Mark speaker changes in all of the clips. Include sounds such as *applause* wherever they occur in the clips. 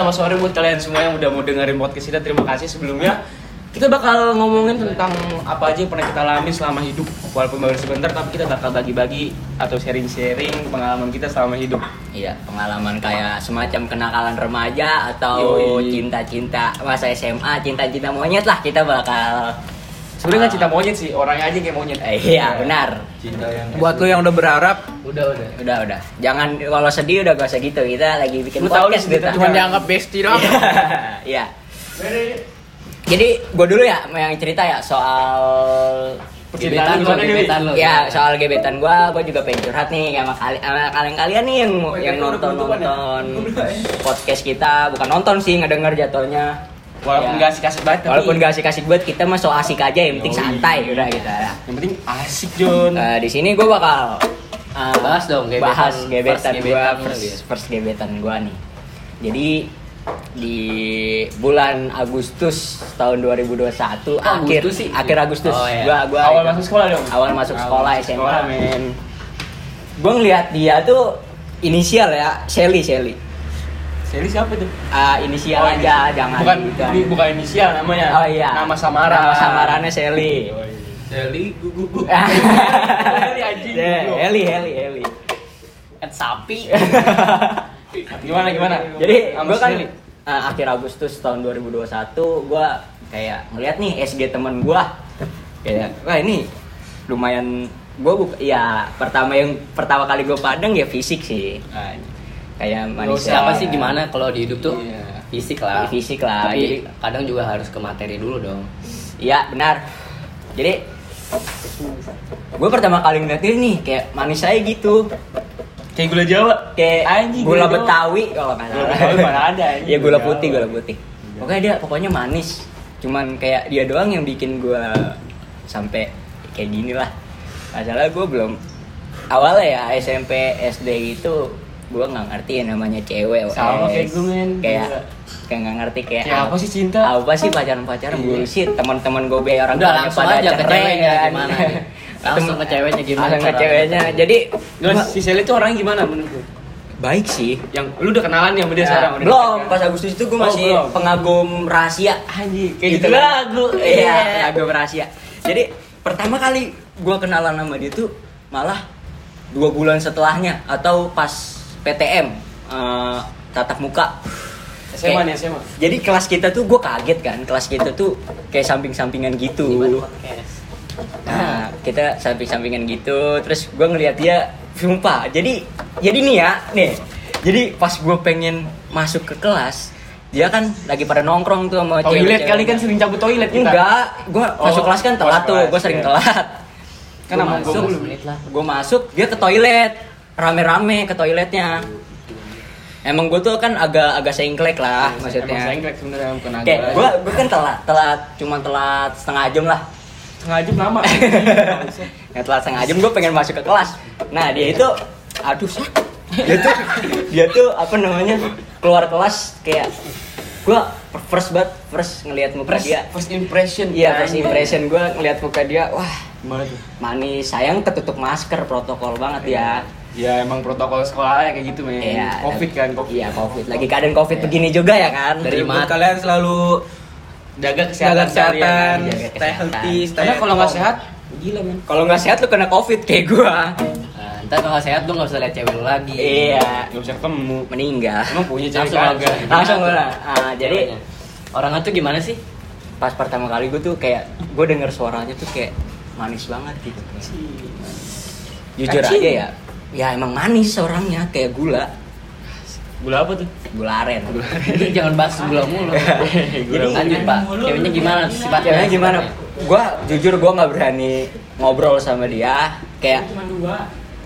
Speaker 1: Selamat sore buat kalian semua yang udah mau dengerin podcast kita. Terima kasih sebelumnya. Kita bakal ngomongin tentang apa aja yang pernah kita alami selama hidup. Walaupun baru sebentar, tapi kita bakal bagi-bagi atau sharing-sharing pengalaman kita selama hidup.
Speaker 2: Iya, pengalaman kayak semacam kenakalan remaja atau
Speaker 1: Yoi.
Speaker 2: cinta-cinta masa SMA, cinta-cinta monyet lah kita bakal.
Speaker 1: Sebenarnya nggak cinta monyet sih, orangnya aja kayak monyet.
Speaker 2: Eh, iya, benar.
Speaker 1: Cinta yang Iya.
Speaker 3: Buat lu yang udah berharap,
Speaker 1: udah udah.
Speaker 2: Udah, udah. Jangan kalau sedih udah gak usah gitu. Kita lagi bikin
Speaker 1: Lu tahu lu
Speaker 2: podcast
Speaker 1: sedih,
Speaker 2: gitu.
Speaker 1: tapi
Speaker 3: cuma dianggap bestie doang.
Speaker 2: *laughs* Iya. Jadi gue dulu ya yang cerita ya soal
Speaker 1: Percintaan
Speaker 2: gebetan
Speaker 1: gimana
Speaker 2: lo,
Speaker 1: nih?
Speaker 2: gebetan
Speaker 4: gitu.
Speaker 2: lo. Ya, soal gebetan gue, gue juga pengen curhat nih sama, kali- sama kalian-kalian nih yang
Speaker 1: Oh,
Speaker 2: yang
Speaker 1: iya, udah
Speaker 2: nonton
Speaker 1: penutupan ya?
Speaker 2: nonton
Speaker 1: Udah, ya.
Speaker 2: podcast kita, bukan nonton sih ngedenger jatuhnya.
Speaker 1: Walaupun
Speaker 2: Ya.
Speaker 1: nggak asik-asik banget, tapi Oh, iya.
Speaker 2: Walaupun gak asik-asik buat kita mah so asik aja yang penting
Speaker 1: Yoi.
Speaker 2: santai udah kita.
Speaker 1: yang penting asik John.
Speaker 2: Eh, di sini gue bakal
Speaker 1: Ah,
Speaker 2: eh,
Speaker 4: Bahas dong, gebetan-
Speaker 2: bahas gebetan
Speaker 4: first
Speaker 2: gue
Speaker 4: gebetan
Speaker 2: first,
Speaker 4: lu ya.
Speaker 2: first gebetan gue nih. Jadi di bulan Agustus tahun 2021 akhir
Speaker 4: Agustus sih?
Speaker 2: akhir Agustus
Speaker 4: Oh, iya.
Speaker 2: gua gua
Speaker 1: Awal
Speaker 2: itu,
Speaker 1: masuk sekolah dong?
Speaker 2: awal masuk
Speaker 1: Awal
Speaker 2: sekolah
Speaker 1: masuk
Speaker 2: SMA
Speaker 1: sekolah, men.
Speaker 2: gue ngeliat dia tuh inisial ya Shelly Shelly
Speaker 1: Seri siapa tuh?
Speaker 2: Ah, inisial
Speaker 1: Oh,
Speaker 2: aja
Speaker 1: inisial.
Speaker 2: jangan
Speaker 1: Bukan
Speaker 2: bukan.
Speaker 1: ini bukan inisial namanya.
Speaker 2: oh iya
Speaker 1: Nama Oh, samaran.
Speaker 2: nama samarannya Shelly
Speaker 4: Jadi gugup
Speaker 2: *laughs*
Speaker 1: Heli, anjing.
Speaker 2: Yeah, Heli Heli Heli
Speaker 4: kan sapi.
Speaker 1: Gimana gimana?
Speaker 2: Jadi
Speaker 1: Sama
Speaker 2: gue kan
Speaker 1: Shelly.
Speaker 2: eh, akhir Agustus tahun 2021 gue kayak ngeliat nih SG temen gue kayak wah ini lumayan gue buka ya pertama yang pertama kali gue padang ya fisik sih
Speaker 1: Nah,
Speaker 2: kayak manis
Speaker 4: Siapa sih gimana kalau di hidup tuh?
Speaker 1: Iya.
Speaker 4: Fisik lah.
Speaker 2: Di fisik lah.
Speaker 4: Tapi kadang juga harus ke materi dulu dong.
Speaker 2: Iya benar. Jadi gue pertama kali ngeliat dia nih kayak manis saya gitu
Speaker 1: Kayak gula Jawa.
Speaker 2: kayak
Speaker 1: Anjing, gula
Speaker 2: gula betawi kalau nggak
Speaker 1: Gula
Speaker 2: salah.
Speaker 1: Betawi mana
Speaker 2: *laughs*
Speaker 1: ada, anjing. Iya.
Speaker 2: ya gula
Speaker 1: Gula
Speaker 2: putih
Speaker 1: Jawa.
Speaker 2: gula putih pokoknya dia pokoknya manis cuman kayak dia doang yang bikin gue sampai kayak gini lah masalah gue belum awalnya ya SMP SD itu gue nggak ngerti ya namanya cewek
Speaker 1: Sama kayak
Speaker 2: wes.
Speaker 1: gue, men.
Speaker 2: kayak
Speaker 1: Gila.
Speaker 2: kayak nggak ngerti kayak
Speaker 1: Kayak apa sih cinta?
Speaker 2: apa sih pacaran pacaran
Speaker 1: Iya.
Speaker 2: bullshit teman-teman gue be orang
Speaker 4: Udah,
Speaker 2: tuanya
Speaker 4: langsung
Speaker 2: pada
Speaker 4: aja ke
Speaker 2: cerai,
Speaker 4: ceweknya
Speaker 2: kan.
Speaker 4: gimana nih. Langsung ke ceweknya gimana
Speaker 2: langsung ke
Speaker 4: caranya.
Speaker 2: ceweknya jadi
Speaker 1: Terus
Speaker 2: gua-
Speaker 1: si Sally tuh orangnya gimana menurut lu?
Speaker 2: baik sih
Speaker 1: Yang lu udah kenalan ya sama dia
Speaker 2: Ya,
Speaker 1: sekarang? Udah
Speaker 2: belum,
Speaker 1: pacaran?
Speaker 2: pas Agustus itu gue
Speaker 1: Oh,
Speaker 2: masih
Speaker 1: belum.
Speaker 2: pengagum rahasia
Speaker 1: Anjing, kayak gitu
Speaker 2: kan.
Speaker 1: lagu.
Speaker 2: Iya,
Speaker 1: Iya.
Speaker 2: pengagum rahasia Jadi pertama kali gue kenalan sama dia tuh malah dua bulan setelahnya Atau pas PTM, eh, tatap muka
Speaker 1: SMA
Speaker 2: Kayak-
Speaker 1: nih SMA.
Speaker 2: Jadi kelas kita tuh gue kaget kan, kelas kita tuh kayak samping-sampingan gitu Nah, kita samping-sampingan gitu, terus gue ngelihat dia, sumpah. Jadi, jadi nih ya, nih. Jadi pas gue pengen masuk ke kelas, dia kan lagi pada nongkrong tuh sama
Speaker 1: Toilet
Speaker 2: cewek-cewek.
Speaker 1: kali kan sering cabut toilet kita.
Speaker 2: Enggak, gue
Speaker 1: Oh,
Speaker 2: masuk kelas kan
Speaker 1: masuk
Speaker 2: telat tuh,
Speaker 1: kelas,
Speaker 2: gue sering
Speaker 1: iya.
Speaker 2: telat.
Speaker 1: Kan
Speaker 4: Gua
Speaker 1: sama
Speaker 4: masuk
Speaker 1: gue
Speaker 4: sepuluh
Speaker 1: belum.
Speaker 4: menit lah.
Speaker 2: Gue masuk, dia ke toilet, rame-rame ke toiletnya. Emang gue tuh kan agak agak sengklek lah maksudnya.
Speaker 1: Iya, Emang sengklek sebenarnya bukan agak.
Speaker 2: Kayak gue gue kan telat, telat cuma telat setengah jam lah.
Speaker 1: sengaja
Speaker 2: *laughs*
Speaker 1: lama.
Speaker 2: Ya telat setengah jam gue pengen masuk ke kelas. Nah dia itu, aduh sakit. Dia tuh, *laughs* dia tuh apa namanya keluar kelas kayak gue first banget first ngelihat muka
Speaker 1: First,
Speaker 2: dia.
Speaker 1: first impression.
Speaker 2: Iya first
Speaker 1: Anjing.
Speaker 2: impression gue ngelihat muka dia, wah
Speaker 1: Gimana tuh?
Speaker 2: manis. Sayang ketutup masker protokol banget ya.
Speaker 1: Ya emang protokol sekolahnya kayak gitu men.
Speaker 2: Iya.
Speaker 1: Covid kan covid. Iya.
Speaker 2: Iya covid. Lagi keadaan covid begini juga ya kan.
Speaker 4: Dari
Speaker 3: Jadi buat
Speaker 4: mata.
Speaker 3: kalian selalu
Speaker 1: Jaga kesehatan.
Speaker 3: jaga
Speaker 1: seharian.
Speaker 3: kesehatan,
Speaker 2: jaga
Speaker 4: Iya,
Speaker 3: stay
Speaker 2: kesehatan.
Speaker 3: healthy, stay
Speaker 1: Karena
Speaker 3: at
Speaker 1: kalau nggak
Speaker 3: home.
Speaker 1: sehat, gila men.
Speaker 2: Kalau nggak sehat lu kena covid kayak gue.
Speaker 4: Nah, ntar kalau sehat lu nggak usah lihat cewek lu lagi.
Speaker 2: Iya.
Speaker 1: Gak bisa ketemu.
Speaker 2: Meninggal.
Speaker 1: Emang punya cewek
Speaker 4: Langsung,
Speaker 1: kagak.
Speaker 4: langsung.
Speaker 2: Langsung gue lah. Ah, jadi
Speaker 4: Jadi orangnya tuh gimana sih?
Speaker 2: pas pertama kali gue tuh kayak gue denger suaranya tuh kayak manis banget gitu jujur
Speaker 1: Kacing.
Speaker 2: aja ya ya emang manis orangnya kayak gula
Speaker 1: Gula apa tuh?
Speaker 2: gula aren
Speaker 4: Lu
Speaker 2: *laughs*
Speaker 4: jangan bahas sebelum
Speaker 1: Gula
Speaker 4: mulu. Jadi lanjut pak, ceweknya gimana tuh sifatnya?
Speaker 2: Ceweknya gimana gue jujur gue nggak berani ngobrol sama dia kayak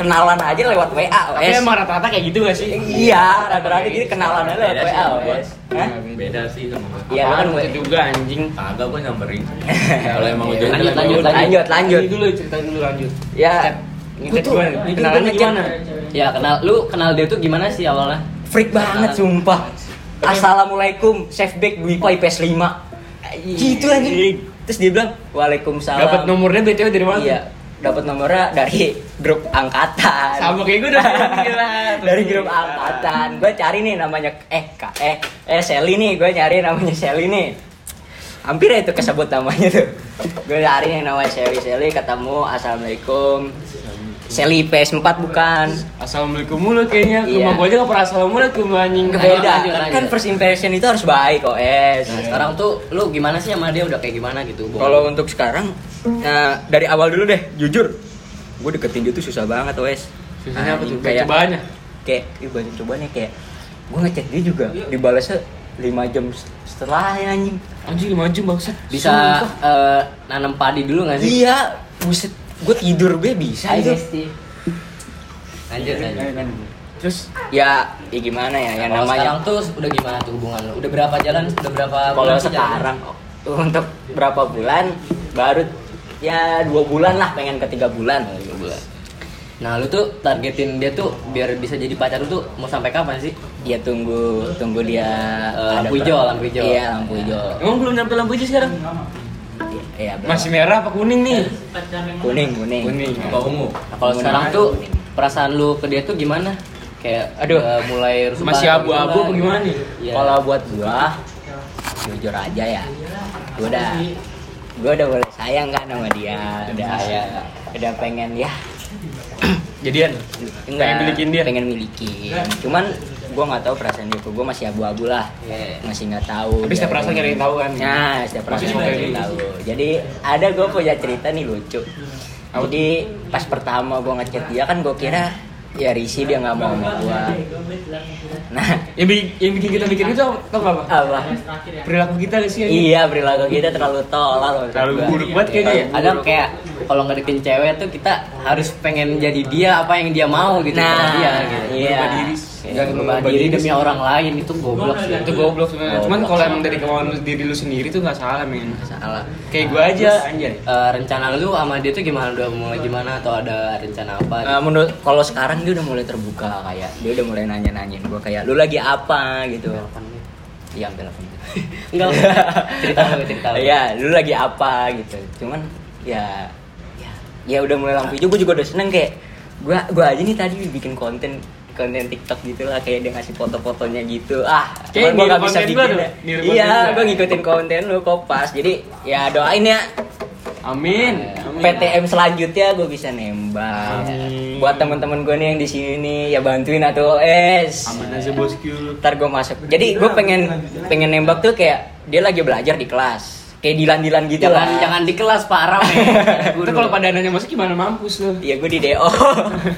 Speaker 2: kenalan aja lewat WA
Speaker 1: Tapi
Speaker 2: wes
Speaker 1: emang rata-rata kayak gitu gak sih?
Speaker 2: iya rata-rata jadi kenalan aja lewat WA
Speaker 4: Beda sih sama gua.
Speaker 2: wes Hah?
Speaker 5: beda sih sama gue
Speaker 2: iya lu kan
Speaker 1: Apaan itu juga anjing.
Speaker 5: kagak gue
Speaker 2: *laughs*
Speaker 5: nyamperin kalau emang
Speaker 2: Iya,
Speaker 5: udah udah-
Speaker 4: lanjut, lanjut,
Speaker 5: udah-
Speaker 2: lanjut
Speaker 1: ya
Speaker 2: lanjut
Speaker 1: Ini dulu cerita dulu lanjut.
Speaker 2: ya
Speaker 1: Ngechat
Speaker 2: tuh-
Speaker 1: gimana?
Speaker 2: gua tuh
Speaker 1: Kenalannya
Speaker 2: ngechat-
Speaker 1: gimana?
Speaker 4: Ya kenal, lu kenal dia tuh gimana sih awalnya?
Speaker 2: Freak banget sumpah. Assalamualaikum, safe back Wifi PS5. Gitu anjing. Terus dia bilang, "Waalaikumsalam."
Speaker 1: Dapat nomornya BTW dari mana?
Speaker 2: Iya, dapat Iya, nomornya dari grup angkatan
Speaker 1: Sama kayak gue dari grup angkatan.
Speaker 2: *laughs* dari grup angkatan gue cari nih namanya eh kak eh eh Sally nih gue nyari namanya Sally nih hampir itu kesebut namanya tuh gue cari yang namanya Sally Sally ketemu assalamualaikum Sally PS 4 bukan
Speaker 1: Assalamualaikum mulu kayaknya. Ke
Speaker 2: Iya.
Speaker 1: rumah gue aja gak pernah assalamualaikum lu anjing.
Speaker 2: beda
Speaker 4: lanjut, lanjut.
Speaker 2: kan first impression itu harus baik kok es
Speaker 1: ya.
Speaker 4: Nah, sekarang tuh lu gimana sih sama dia udah kayak gimana gitu? hubungan?
Speaker 2: Kalau untuk sekarang, nah, dari awal dulu deh, jujur, gue deketin dia tuh susah banget, wes.
Speaker 1: Susahnya apa tuh? ya?
Speaker 2: Anjing,
Speaker 1: Kayak
Speaker 2: Kayak
Speaker 1: cobaannya.
Speaker 2: kayak ih, banyak cobaannya kayak gue ngechat dia juga
Speaker 4: Iya.
Speaker 2: dibalasnya 5 jam setelah ya, anjing.
Speaker 1: Anjing lima jam bangsat.
Speaker 4: bisa eh, nanam padi dulu nggak sih?
Speaker 2: Iya, buset, gue tidur be bisa
Speaker 4: Hai,
Speaker 2: itu. Iya.
Speaker 4: guys, sih.
Speaker 1: Iya,
Speaker 4: Lanjut lanjut.
Speaker 1: Terus
Speaker 2: Ya, ya gimana ya, yang
Speaker 4: Kalau sekarang
Speaker 2: namanya
Speaker 4: tuh udah gimana tuh hubungan lu? Udah berapa jalan? Udah berapa
Speaker 2: kalau
Speaker 4: sih jalan?
Speaker 2: sekarang untuk berapa bulan baru ya dua bulan lah pengen ke tiga bulan
Speaker 4: Oh, Nah, lu tuh targetin dia tuh biar bisa jadi pacar lu tuh mau sampai kapan sih?
Speaker 2: ya tunggu tunggu dia
Speaker 4: Eh,
Speaker 2: ada
Speaker 4: lampu
Speaker 2: per-
Speaker 4: hijau, lampu hijau.
Speaker 2: iya lampu hijau
Speaker 1: emang belum nyampe lampu hijau sekarang?
Speaker 2: Iya, belum.
Speaker 1: Masih merah apa kuning nih?
Speaker 2: kuning, kuning. Iya.
Speaker 5: Apa ungu?
Speaker 4: Nah, kalau sekarang tuh perasaan lu ke dia tuh gimana? Kayak
Speaker 1: Aduh.
Speaker 4: eh, mulai rusuh
Speaker 1: Masih
Speaker 4: bareng
Speaker 1: abu-abu
Speaker 4: gitu
Speaker 1: apa
Speaker 4: lah.
Speaker 1: gimana nih?
Speaker 4: Iya.
Speaker 2: Kalau buat gua jujur aja ya. Gua udah gua udah mulai sayang kan sama dia. Udah
Speaker 4: sayang.
Speaker 2: Udah pengen ya.
Speaker 1: Jadian. Pengen milikin dia?
Speaker 2: Pengen milikin. Cuman gua nggak tahu perasaan dia ke gua masih abu-abu lah.
Speaker 4: Iya.
Speaker 2: Masih nggak tahu.
Speaker 1: Tapi setiap
Speaker 2: dia-
Speaker 1: perasaan nyari tahu kan?
Speaker 2: Nah,
Speaker 1: Masih
Speaker 2: setiap perasaan
Speaker 1: suka gitu.
Speaker 2: nyari
Speaker 1: ini.
Speaker 2: tahu. Jadi ada gua punya cerita nih lucu.
Speaker 1: Apa?
Speaker 2: Jadi pas pertama gua ngechat dia kan gua kira ya Risi dia nggak mau sama gua. Nah,
Speaker 1: Yang bikin, yang bikin kita mikir itu apa- tau nggak apa?
Speaker 2: apa?
Speaker 1: Perilaku kita gak sih? anjing?
Speaker 2: Iya perilaku kita terlalu tolol menurut
Speaker 1: Terlalu
Speaker 2: gua.
Speaker 1: buruk banget kayaknya ya?
Speaker 4: Kadang kayak kalau ngedeketin cewek tuh kita harus pengen jadi dia apa yang dia mau gitu
Speaker 2: Nah,
Speaker 4: sama dia gitu.
Speaker 2: iya.
Speaker 1: Berubah diri.
Speaker 4: Gak berubah diri demi orang lain itu goblok sih.
Speaker 1: Itu goblok sebenarnya.
Speaker 2: Goblok.
Speaker 1: Cuman kalau emang dari kemauan lu- diri lu sendiri tuh nggak salah men.
Speaker 4: Salah.
Speaker 1: Kayak gue aja anjay.
Speaker 4: Eh, rencana lu sama dia tuh gimana udah mulai gimana atau ada rencana apa? gitu?
Speaker 2: Eh, menurut kalau sekarang dia udah mulai terbuka kayak dia udah mulai nanya-nanyain gua kayak lu lagi apa gitu. Iya ambil apa?
Speaker 4: *laughs* Enggak. cerita lu, cerita lu.
Speaker 2: Iya, lu lagi apa gitu. Cuman ya ya, ya udah mulai lampu hijau gua juga udah seneng kayak gua gua aja nih tadi bikin konten konten TikTok gitu lah kayak dia ngasih foto-fotonya gitu ah
Speaker 1: Kayak
Speaker 2: cuman gua nggak
Speaker 1: niru
Speaker 2: bisa
Speaker 1: konten
Speaker 2: bikin
Speaker 1: gua tuh,
Speaker 2: ya.
Speaker 1: niru konten
Speaker 2: iya
Speaker 1: gua.
Speaker 2: gua ngikutin konten lu kopas jadi ya doain ya
Speaker 1: Amin. Amin.
Speaker 2: PTM selanjutnya gue bisa nembak.
Speaker 1: Amin.
Speaker 2: Buat teman-teman gue nih yang di sini nih ya bantuin atau es.
Speaker 1: Aman aja bosku.
Speaker 2: Ntar gue masuk. Jadi gue pengen pengen nembak tuh kayak dia lagi belajar di kelas. Kayak dilan-dilan gitu
Speaker 4: jangan
Speaker 2: lah.
Speaker 4: jangan di kelas Pak Aram ya.
Speaker 1: Itu kalau padanannya masuk gimana mampus lu?
Speaker 2: Ya gue di *laughs* DO.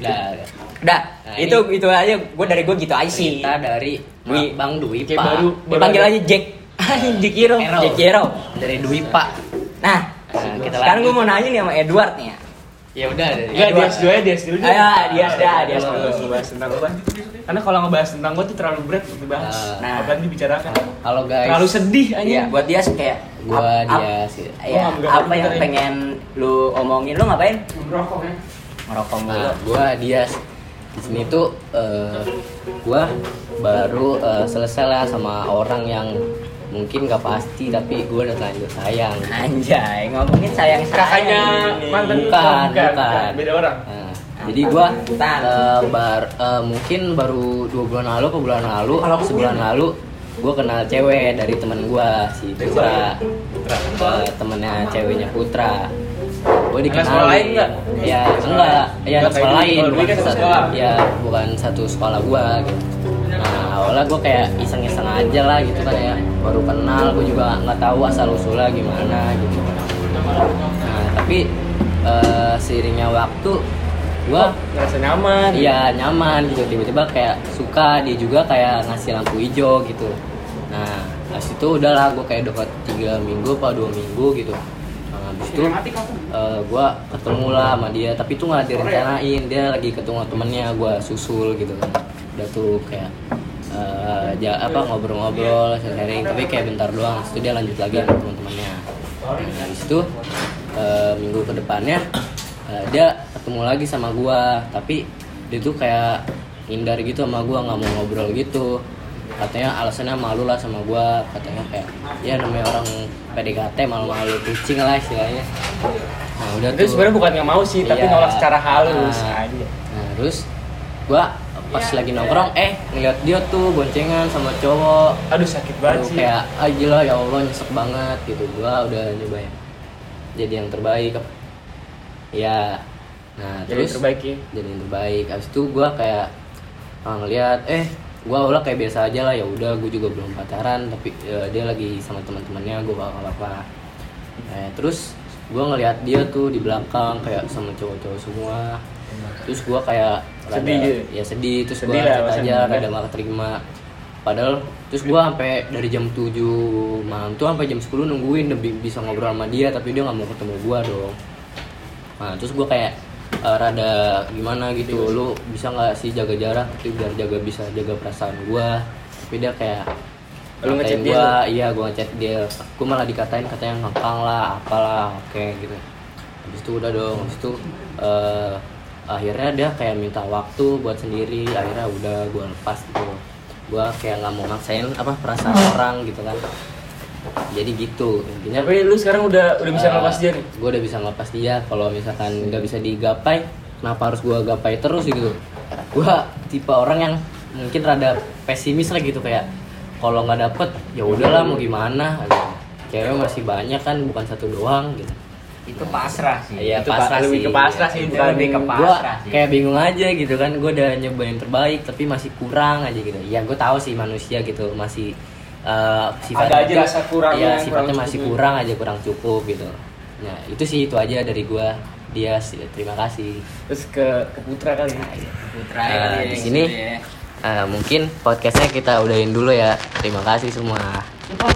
Speaker 2: Udah,
Speaker 4: Nah, Iya.
Speaker 2: itu itu aja gue dari gue gitu aja sih.
Speaker 4: Kita dari
Speaker 2: Dwi.
Speaker 4: Bang Dwi Pak.
Speaker 1: Kayak baru
Speaker 2: Dipanggil aja Jack. *laughs* Jack Hero,
Speaker 4: Hero.
Speaker 2: Jack Hero.
Speaker 4: dari Dwi Pak.
Speaker 2: Nah,
Speaker 4: Nah, kita
Speaker 2: sekarang
Speaker 4: lanjut.
Speaker 2: gue mau nanya nih sama Edward nih ya.
Speaker 4: Ya udah dari.
Speaker 1: Enggak, dia dulu ya, dia dulu.
Speaker 2: Ayo, dia dah, dia
Speaker 1: Kalau
Speaker 2: dulu.
Speaker 1: ngebahas tentang gua. Karena kalau ngebahas tentang gua tuh terlalu berat untuk dibahas.
Speaker 2: Nah.
Speaker 1: Apalagi dibicarakan.
Speaker 4: Halo guys.
Speaker 1: Terlalu sedih anjing.
Speaker 2: Iya, buat dia sih kayak
Speaker 4: Gua
Speaker 2: ap- ap-
Speaker 4: dia sih.
Speaker 2: Iya,
Speaker 1: Gua nggak
Speaker 2: apa
Speaker 1: ngerti
Speaker 2: yang
Speaker 1: tadi.
Speaker 2: pengen lu omongin? Lu ngapain?
Speaker 1: Ngerokok ya.
Speaker 2: Ngerokok mulu.
Speaker 4: Nah, gua Dias. Di sini tuh eh, gua baru eh, selesai lah sama orang yang mungkin gak pasti tapi gua udah terlanjur sayang.
Speaker 2: Anjay, ngomongin sayang-sayang.
Speaker 1: Kakaknya
Speaker 2: ini.
Speaker 1: mantan
Speaker 4: Bukan,
Speaker 1: Oh,
Speaker 4: bukan.
Speaker 1: Beda orang.
Speaker 4: Nah, jadi gua
Speaker 2: Bentar.
Speaker 4: eh, bar- eh, mungkin baru dua bulan lalu ke bulan lalu sebulan lalu gua kenal cewek dari teman gua si Putra Eh, temennya ceweknya Putra gue
Speaker 1: Anak
Speaker 4: dikenalin
Speaker 1: sekolah lain nggak?
Speaker 4: ya
Speaker 1: Anak sekolah lain.
Speaker 4: enggak ya anak
Speaker 1: Nggak, kayak
Speaker 4: sekolah lain
Speaker 1: gitu. Kalau
Speaker 4: bukan
Speaker 1: ini kan satu
Speaker 4: satu
Speaker 1: sekolah.
Speaker 4: ya bukan satu sekolah gua gitu nah awalnya gue kayak iseng-iseng aja lah gitu kan ya baru kenal gue juga nggak tahu asal usulnya gimana gitu nah tapi eh, seiringnya waktu gua
Speaker 1: Ngerasa nyaman.
Speaker 4: Iya nyaman gitu tiba-tiba kayak suka dia juga kayak ngasih lampu hijau gitu. Nah habis itu udahlah gue kayak dapat tiga minggu apa dua minggu gitu. Nah, habis itu gue ketemu lah Eh, sama dia tapi itu nggak direncanain dia lagi ketemu temennya gue susul gitu kan. Udah tuh kayak eh, ja- apa ngobrol-ngobrol sharing tapi kayak bentar doang. Habis itu dia lanjut lagi sama teman-temannya. Nah, habis itu eh, minggu kedepannya Eh, dia ketemu lagi sama gua tapi dia tuh kayak hindar gitu sama gua nggak mau ngobrol gitu katanya alasannya malu lah sama gue katanya kayak ya namanya orang PDKT malu-malu kucing lah istilahnya nah udah
Speaker 1: itu
Speaker 4: tuh
Speaker 1: sebenarnya bukan nggak mau sih tapi
Speaker 4: Iya.
Speaker 1: nolak secara halus
Speaker 4: Nah.
Speaker 1: aja
Speaker 4: Nah, terus gua pas lagi nongkrong eh ngeliat dia tuh boncengan sama cowok.
Speaker 1: aduh sakit banget
Speaker 4: Aduh,
Speaker 1: sih
Speaker 4: kayak ah gila ya Allah nyesek banget gitu. Gua udah nyoba ya. Jadi yang terbaik. Ya. Nah,
Speaker 1: jadi
Speaker 4: terus
Speaker 1: terbaiki
Speaker 4: jadi yang terbaik. Abis itu gua kayak ah, ngeliat eh gua awalnya kayak biasa aja lah ya udah gua juga belum pacaran tapi eh, dia lagi sama teman-temannya gua bakal apa eh, terus gua ngeliat dia tuh di belakang kayak sama cowok-cowok semua terus gua kayak rada-
Speaker 1: Sedih gitu?
Speaker 4: ya sedih terus
Speaker 1: Sedih
Speaker 4: gua
Speaker 1: lah,
Speaker 4: chat
Speaker 1: masa
Speaker 4: aja
Speaker 1: gimana?
Speaker 4: rada nggak terima padahal terus gua sampai dari jam 7 malam tuh sampai jam 10 nungguin demi bisa ngobrol sama dia tapi dia nggak mau ketemu gua dong nah terus gua kayak eh, rada gimana gitu lu bisa nggak sih jaga jarak tapi biar jaga bisa jaga perasaan gua tapi dia kayak
Speaker 1: Lu ngechat
Speaker 4: ngatain
Speaker 1: dia
Speaker 4: gua iya gua ngechat dia gua malah dikatain katanya ngekang lah apalah oke gitu habis itu udah dong habis itu eh, akhirnya dia kayak minta waktu buat sendiri akhirnya udah gua lepas gitu gua kayak nggak mau maksain apa perasaan orang gitu kan jadi gitu intinya
Speaker 1: tapi lu sekarang udah udah
Speaker 4: Ah.
Speaker 1: bisa ngelepas dia nih
Speaker 4: gue udah bisa ngelepas dia kalau misalkan nggak bisa digapai kenapa harus gue gapai terus gitu gue tipe orang yang mungkin rada pesimis lah gitu kayak kalau nggak dapet ya udahlah mau gimana gitu. cewek masih banyak kan bukan satu doang gitu
Speaker 2: itu pasrah sih
Speaker 4: Iya,
Speaker 2: itu
Speaker 4: pasrah
Speaker 1: lebih
Speaker 4: sih.
Speaker 1: ke pasrah sih
Speaker 2: itu
Speaker 1: bukan
Speaker 2: lebih ke
Speaker 4: gue
Speaker 2: pasrah sih
Speaker 4: kayak bingung aja gitu kan gue udah nyoba yang terbaik tapi masih kurang aja gitu ya gue tahu sih manusia gitu masih eh, sifatnya
Speaker 1: aja rasa kurangnya
Speaker 4: Iya,
Speaker 1: yang
Speaker 4: sifatnya
Speaker 1: kurang
Speaker 4: masih
Speaker 1: cukup.
Speaker 4: kurang aja kurang cukup gitu nah itu sih itu aja dari gue dia sih, terima kasih
Speaker 1: terus ke ke Putra kali ya.
Speaker 2: putra
Speaker 4: Nah,
Speaker 2: ya,
Speaker 4: di
Speaker 2: gitu
Speaker 4: sini
Speaker 2: ya.
Speaker 4: eh, mungkin podcastnya kita udahin dulu ya terima kasih semua